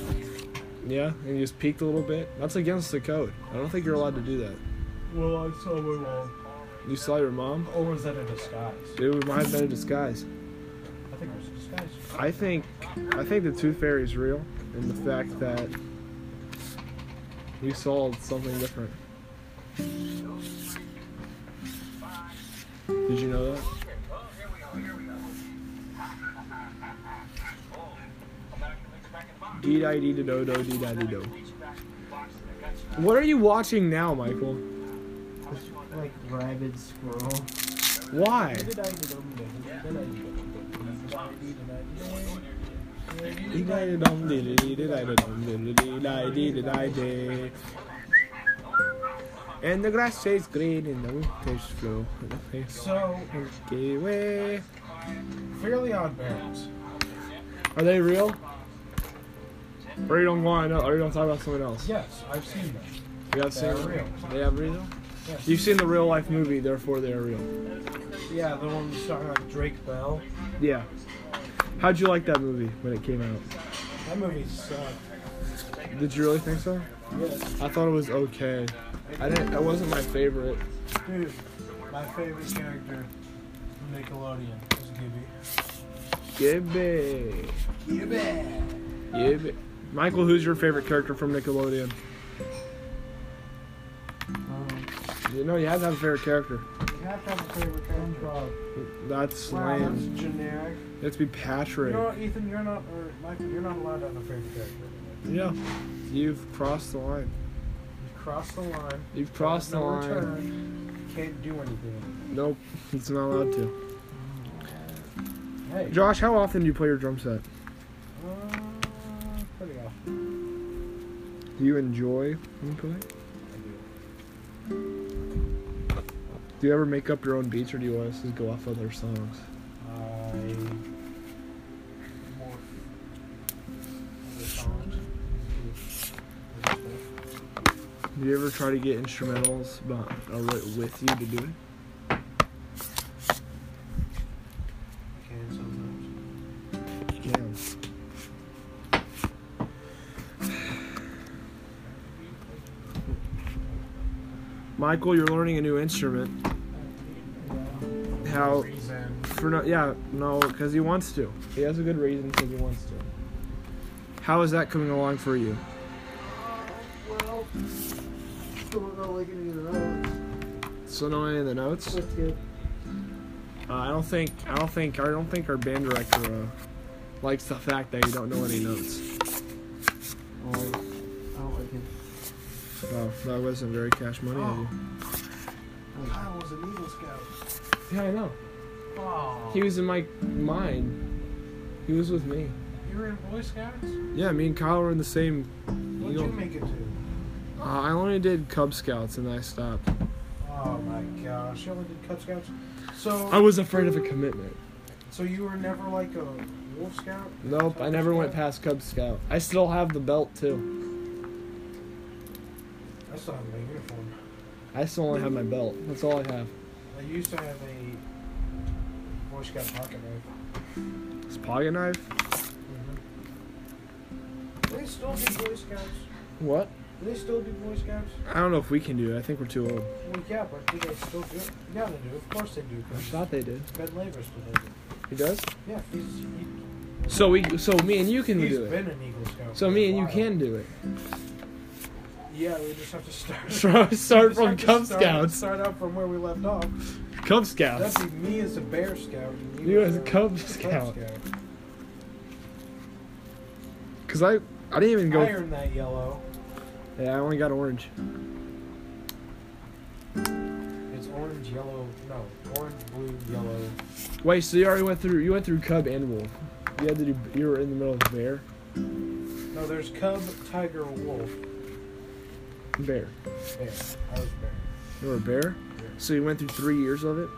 E: Yeah, and you just peeked a little bit. That's against the code. I don't think you're allowed to do that.
D: "Uh." well, I saw my mom.
E: You saw your mom?
D: Or was that a disguise?
E: It might have been a disguise.
D: I think it was a disguise.
E: I think, I think the Tooth Fairy is real, and the fact that you saw something different. Did you know that? Dee di dee da do do dee da dee do. What are you watching now, Michael?
A: Like rabid squirrel.
E: Why? Dee di da dum dee dee dee dee di da dum dee dee dee di dee dee di dee. And the grass is green and the waters flow. And the fish
D: So,
E: get away.
D: Fairly Odd Parents.
E: Are they real? Or you don't want to know, or you don't talk about someone else?
D: Yes, I've seen them.
E: You have
D: They're
E: seen
D: real.
E: They have real?
D: Yes.
E: You've seen the real life movie, therefore they are real.
D: Yeah, the one starring like Drake Bell.
E: Yeah. How'd you like that movie when it came out?
D: That movie sucked.
E: Did you really think so?
D: Yes,
E: I thought it was okay. I didn't. That wasn't my favorite.
D: dude. My favorite character from Nickelodeon was Gibby.
E: Gibby. Gibby. Gibby. Michael, who's your favorite character from Nickelodeon?
A: Um,
E: You know, you have to have a favorite character.
D: You have to have a favorite character.
E: Oh, That's
A: wow, that's
E: lame.
A: generic.
E: You have to be
D: You
E: Patrick.
D: know what, Ethan? You're not, or Michael, you're not allowed to have a favorite character.
E: Yeah. You've crossed the line.
D: You cross the line.
E: You've crossed the
D: no
E: line.
D: return. Can't do anything.
E: Nope, it's not allowed to.
D: Hey.
E: Josh, how often do you play your drum set?
D: uh, pretty off.
E: Do you enjoy when you play?
D: I do.
E: Do you ever make up your own beats or do you always just go off other songs?
D: I more other songs.
E: Do you ever try to get instrumentals beh- or wi- with you to do it?
D: Can sometimes.
E: Damn. Michael, you're learning a new instrument. How?
D: Reason.
E: For no, yeah, no, because he wants to. He has a good reason because he wants to. How is that coming along for you?
A: Well, don't know like any of those.
E: So no any of the notes. Uh,
A: That's good.
E: I don't think I don't think I don't think our band director uh, likes the fact that you don't know any notes.
A: I like- I don't like it.
E: Wow, that wasn't very cash money. of you.
D: I was an Eagle Scout.
E: Yeah, I know.
D: Oh.
E: He was in my mind. He was with me.
D: You were in Boy Scouts?
E: Yeah, me and Kyle were in the same.
D: What'd you
E: Eagle-
D: make it to?
E: Uh, I only did Cub Scouts and I stopped.
D: Oh my gosh, you only did Cub Scouts. So,
E: I was afraid of a commitment.
D: so you were never like a Wolf Scout?
E: Nope, I never went past Cub Scout. I still have the belt too.
D: I still have my uniform.
E: I still only have my belt. That's all I have.
D: I used to have a Boy Scout pocket knife.
E: It's pocket knife. Mm-hmm.
D: Do they still do Boy Scouts?
E: What?
D: Do they still do Boy Scouts?
E: I don't know if we can do it. I think we're too old.
D: Well, yeah, but do they still do it? Yeah, they do. Of course they do.
E: I
D: 'cause
E: thought they did.
D: Ben Laver's still does it.
E: He does.
D: Yeah, he's, he,
E: So we, so me and you can
D: he's
E: do it.
D: been an Eagle Scout.
E: So
D: for
E: me
D: a
E: and you
D: while.
E: can do it.
D: Yeah, we just have to start.
E: <laughs> Start, start
D: Just
E: from
D: have to
E: Cub
D: start-
E: Scouts.
D: Start out from where we left off.
E: Cub Scouts.
D: That'd be me as a Bear Scout. and
E: You as a Cub Scout. Cause I, I didn't even go.
D: Iron that yellow.
E: Yeah, I only got orange.
D: It's orange, yellow, no, orange, blue, yellow.
E: Wait, so you already went through. You went through cub and wolf. You had to do. You were in the middle of bear.
D: No, there's cub, tiger, wolf, bear.
E: Bear.
D: I was bear.
E: You were a bear. So you went through three years of it.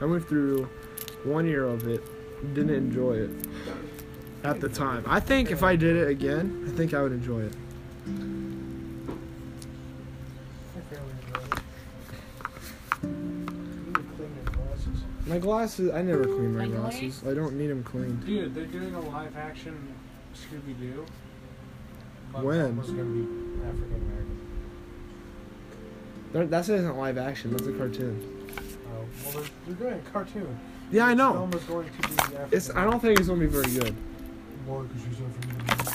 E: I went through one year of it. Didn't enjoy it at the time. I think if I did it again, I think I would enjoy it. My glasses. I never clean my
G: My
E: glasses. I don't need them cleaned.
D: Dude, they're doing a live action Scooby Doo.
E: When?
D: was gonna be African American.
E: They're- That isn't live action. That's a cartoon.
D: Oh, well, they're, they're doing a cartoon.
E: Yeah, I
D: This
E: know.
D: Film is going to be African.
E: It's. I don't think it's gonna be very good.
B: More because she's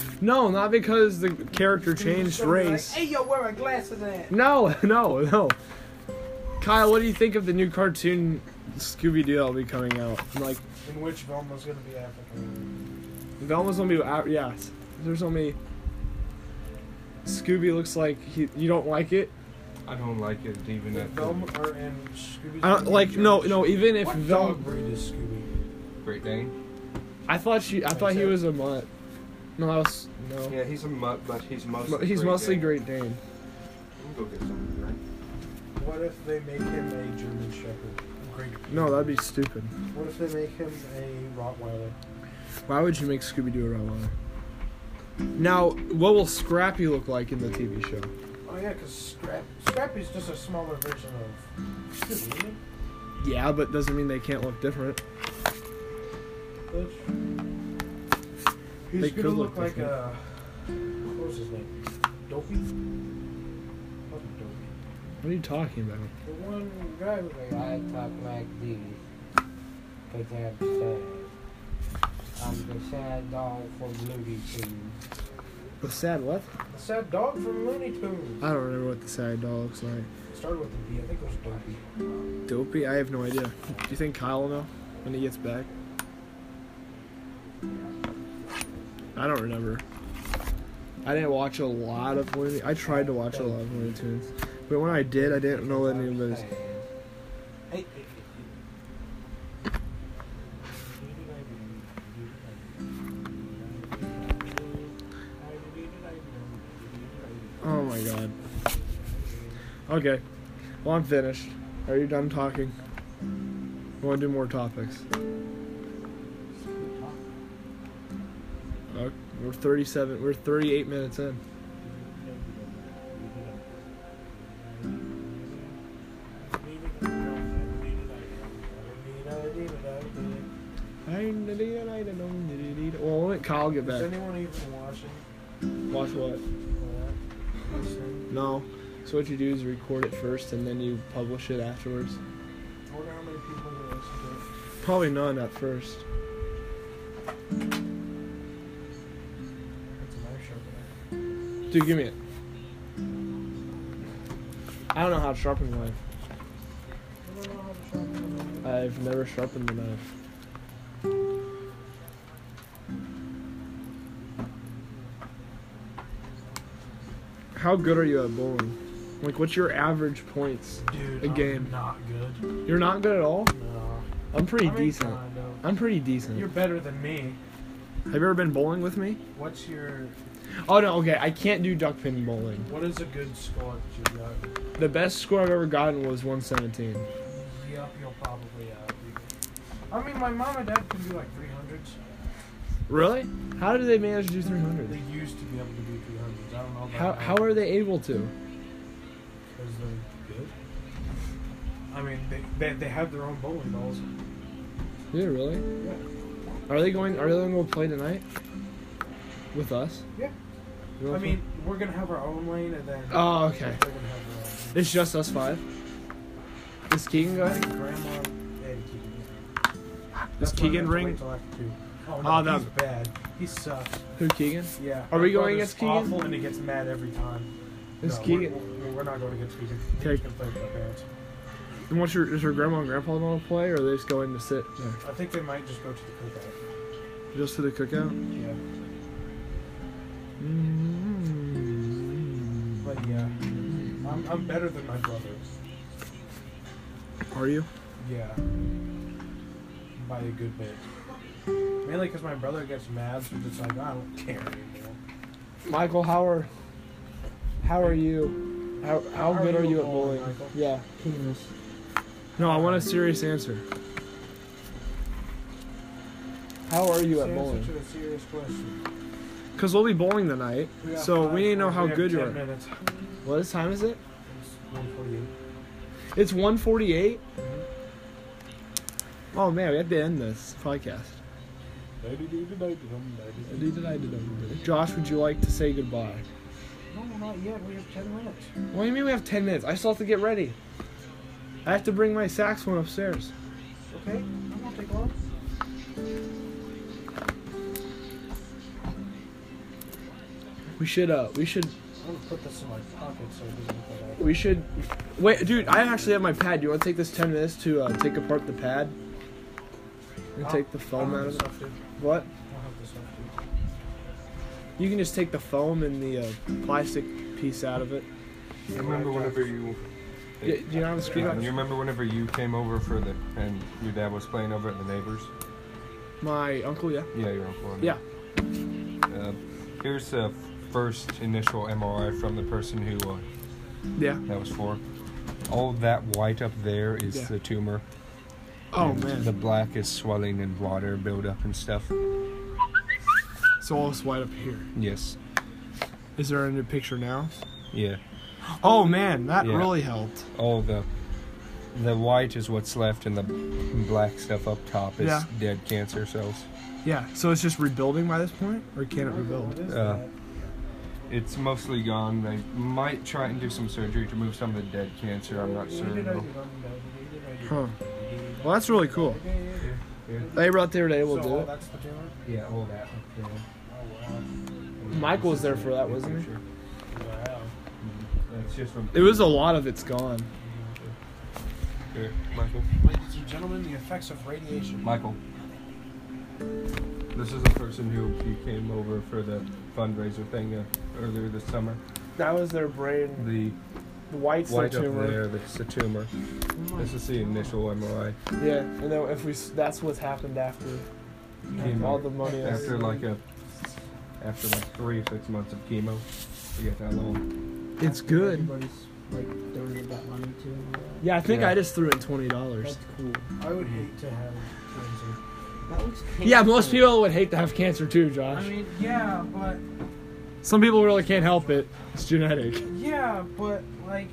B: over
E: No, not because the character changed race.
D: hey, yo, where my glasses at?
E: No, <laughs> no, no. Kyle, what do you think of the new cartoon Scooby Doo that'll be coming out? Like,
D: In which Velma's gonna be African?
E: Velma's gonna be out. Yeah, there's only. Scooby looks like he. You don't like it.
C: I don't like it even at
D: Velma
C: the
D: or in Scooby.
E: I don't like. No, no. Even if
D: What
E: Velma,
D: dog breed is Scooby?
C: Great Dane.
E: I thought she. I thought he was a mutt. No, I was no.
C: Yeah, he's a mutt, but he's mostly.
E: But he's
C: Great
E: mostly
C: Dane.
E: Great Dane.
C: We'll Go get some, right?
D: What if they make him a German Shepherd? Great.
E: No, that'd be stupid.
D: What if they make him a Rottweiler?
E: Why would you make Scooby Doo a Rottweiler? Now, what will Scrappy look like in the TV show?
D: Oh yeah, because Scrap Scrappy's just a smaller version of Scooby. Isn't it?
E: Yeah, but doesn't mean they can't look different.
D: He's
E: They
D: gonna
E: could
D: look,
E: look
D: like
E: different.
D: a. What was his name? Dopey? Wasn't Dopey.
E: What are you talking about?
D: The one guy with like, I talk like these. Cause I'm sad. I'm the sad dog from Looney Tunes.
E: The sad what?
D: The sad dog from Looney Tunes.
E: I don't remember what the sad doll looks like.
D: It started with a B, I think it was Dopey.
E: Dopey? I have no idea. Do you think Kyle will know when he gets back? I don't remember. I didn't watch a lot of Looney. I tried to watch a lot of Looney Tunes, but when I did, I didn't know any of those.
D: Hey, hey, hey.
E: Oh my god. Okay. Well, I'm finished. Are you done talking? I want to do more topics. Uh, we're 37. We're 38 minutes in. Well, when Kyle
D: Is
E: get back?
D: anyone even watching?
E: Watch what?
D: or listening?
E: No. So what you do is record it first, and then you publish it afterwards.
D: I wonder how many people are gonna listen to it.
E: Probably none at first.
D: That's a knife sharpener.
E: Dude, give me it. I don't know how to sharpen a knife. I've never sharpened a knife. How good are you at bowling? Like, what's your average points?
D: Dude,
E: A
D: I'm
E: game.
D: not good.
E: You're not good at all.
D: No.
E: I'm pretty
D: I mean,
E: decent.
D: kind of.
E: I'm pretty decent.
D: You're better than me.
E: Have you ever been bowling with me?
D: What's your?
E: Oh no. Okay, I can't do duck pin bowling.
D: What is a good score that you got?
E: The best score I've ever gotten was 117.
D: Yup, you'll probably have. I mean, my mom and dad can do like 300s.
E: Really? How did they manage to do 300?
D: They used to be able to do 300s. I don't know. About
E: How, how are they able to?
D: Because they're good. I mean, they, they they have their own bowling balls.
E: Yeah, really? Are they going? Are they going to go play tonight? With us?
D: Yeah.
E: You wanna
D: I
E: play?
D: mean, we're gonna have our own lane, and then.
E: Oh, okay.
D: They're gonna have
E: It's just us five. Is Keegan
D: their own. I
E: going?
D: think grandma and Keegan.
E: Does
D: That's why we have
E: Keegan
D: to wait
E: ring?
D: till after two. Oh,
E: Oh,
D: no,
E: that-
D: he's bad. He sucks.
E: Who Keegan?
D: Yeah.
E: Are we
D: My
E: going
D: brother's
E: against Keegan?
D: Awful, and he gets mad every time.
E: Is
D: No,
E: Keegan?
D: We're, we're- we're not going against Keegan.
E: Okay.
D: We're just gonna play with our parents.
E: And what's your? Is your grandma and grandpa going to play, or are they just going to sit there?
D: I think they might just go to the
E: Just to the cookout?
D: cookout. Yeah.
E: Mm-hmm.
D: Yeah. I'm, I'm better than my brother.
E: Are you?
D: Yeah. By a good bit. Mainly because my brother gets mad, so it's like, I don't care anymore.
E: Michael, how are how are you? How how,
D: How
E: good are you at
D: bowling,
E: bowling?
D: Michael?
E: Yeah.
A: Penis.
E: No, I want a serious answer. How are you at
D: Serious
E: bowling?
D: to a serious question.
E: Because we'll be bowling tonight,
D: We have
E: so
D: five-
E: we need to know how
D: we have
E: good you
D: 10
E: are.
D: Minutes.
E: What time is it?
D: It's 1:48.
E: It's 1:48. Oh man, we have to end this podcast. Josh, would you like to say goodbye?
D: No, not yet. We have 10 minutes.
E: What do you mean we have 10 minutes? I still have to get ready. I have to bring my saxophone upstairs.
D: Okay. I'm going to take long.
E: We should uh we should
D: I'm going to put this in my pocket so it doesn't fall out.
E: we should Wait, dude, I actually have my pad. Do you want to take this 10 minutes to uh, take apart the pad? And
D: I'll-
E: take the foam
D: I'll have
E: out of
D: this
E: it?
D: off too.
E: What?
D: I'll have this off too.
E: You can just take the foam and the uh, plastic piece out of it.
C: You remember whenever you.
E: Y- do you know how to screw
C: Yeah,
E: it
C: you
E: up?
C: remember whenever you came over for the and your dad was playing over at the neighbors?
E: My uncle, yeah.
C: Yeah, your uncle. and-
E: Yeah.
C: Uh, here's the first initial MRI from the person who uh,
E: Yeah.
C: that was for. All that white up there is
E: Yeah.
C: the tumor.
E: Oh
C: and The
E: man.
C: black is swelling and water buildup and stuff.
E: So all this white up here.
C: Yes.
E: Is there a new picture now?
C: Yeah.
E: Oh man, that
C: Yeah.
E: really helped.
C: All the the white is what's left, and the black stuff up top is
E: Yeah.
C: dead cancer cells.
E: Yeah. So it's just rebuilding by this point, or can it rebuild?
C: Uh, it's mostly gone. They might try and do some surgery to move some of the dead cancer. I'm not sure. though.
E: Huh. Well, that's really cool. Labor out there today will
D: so
E: do it.
D: that's the Oh, tumor?
C: Yeah, all that. up there.
E: Mike was there for that, wasn't he?
D: Wow.
C: It's just from
E: It was a lot of it's gone.
C: here, Michael.
D: Ladies and gentlemen, the effects of radiation.
C: Michael. This is the person who you came over for the fundraiser thing uh, earlier this summer.
E: That was their brain.
C: The
E: The white's the
C: white up
E: tumor.
C: there, that's the tumor. This is the initial MRI.
E: Yeah, and then if we s- that's what's happened after
C: Chemo.
E: all the money. is-
C: after like a after like three or six months of chemo. You get that long.
E: It's good.
A: Everybody's like donated that money to. him and all
E: Yeah, I think
C: Yeah.
E: I just threw in twenty dollars.
A: That's cool.
D: I would hate to have cancer.
A: That looks.
E: Yeah, most
A: painful.
E: people would hate to have cancer too,
D: I
E: Josh.
D: mean, yeah, but
E: Some people really can't help it. It's genetic.
D: yeah, but like,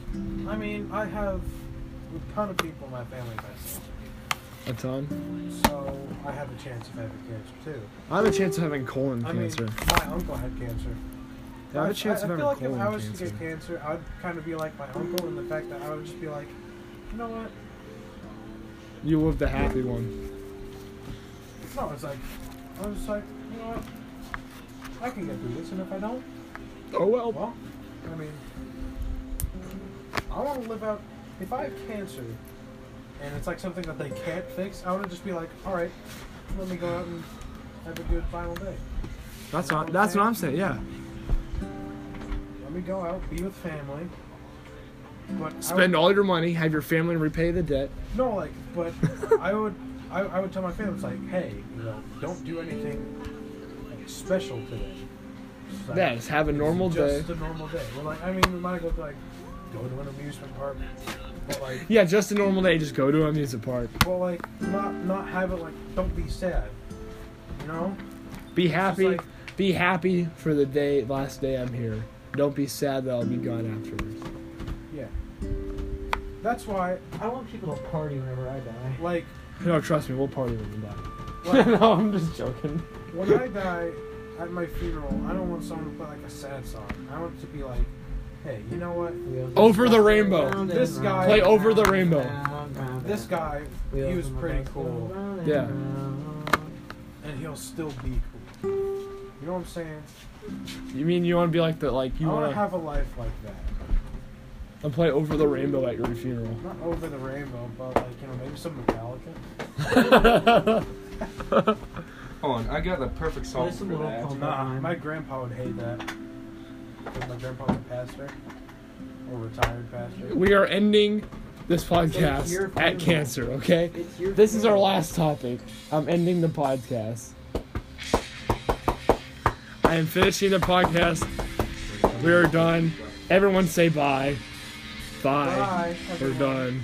D: I mean, I have a ton of people in my family that's
E: A ton.
D: so I have a chance of having cancer too.
E: I have a chance of having colon
D: I
E: cancer.
D: mean, my uncle had cancer.
E: I have a chance
D: I,
E: of
D: I
E: having
D: feel like if
E: colon
D: I was
E: cancer.
D: to get cancer, I'd kind of be like my uncle in the fact that I would just be like, you know what?
E: You lived a happy one.
D: No, it's like, I was just like, you know what? I can get through this, and if I don't,
E: Oh well.
D: well, I mean, I want to live out. If I have cancer, and it's like something that they can't fix, I want to just be like, all right, let me go out and have a good final day.
E: That's what that's what I'm saying. Yeah.
D: Let me go out, be with family. But I would-
E: Spend all your money, have your family repay the debt.
D: No, like, but I would, I, I would tell my family, it's like, hey, you know, don't do anything like, special today. It's like,
E: Yeah, just have a normal day.
D: just a normal day. Well, like, I mean, we might go like, go to an amusement park, but like,
E: Yeah, just a normal day. Just go to an amusement park.
D: but like, not, not have it like, don't be sad. You know?
E: Be happy.
D: like-
E: be happy for the day, last day I'm here. Don't be sad that I'll be gone afterwards.
D: Yeah. That's why,
A: I want people to party whenever I die.
D: like,
E: No, trust me, we'll party when we die.
D: like
E: <laughs> no, I'm just joking.
D: when I die at my funeral, I don't want someone to play like a sad song. I want it to be like, hey, you know what?
E: Over the rainbow.
A: Round and
D: This guy-
E: Play over the
A: round and
E: rainbow.
A: round, round
D: This
A: and
D: guy,
A: round.
D: he
A: Wheels
D: was
A: on the
D: pretty
A: bus go
D: cool.
A: round and
E: Yeah.
A: round.
D: and he'll still be cool. You know what I'm saying?
E: You mean you want to be like the like you
D: I want
E: want
D: to have a life like that.
E: to play over the rainbow at your funeral? <laughs>
D: Not over the rainbow, but like, you know, maybe some Metallica.
C: Hold on, I got the perfect
D: Oh,
C: song
A: There's
C: for
A: some little
C: that.
A: pump.
D: Nah, my grandpa would hate that. 'Cause My grandpa was a pastor. or retired pastor.
E: We are ending this
A: It's your
E: podcast at
A: funeral.
E: cancer, okay?
A: It's your
E: This is our
A: funeral.
E: last topic. I'm ending the podcast. I am finishing the podcast. We are done. Everyone say bye. Bye.
A: Bye.
E: We're done.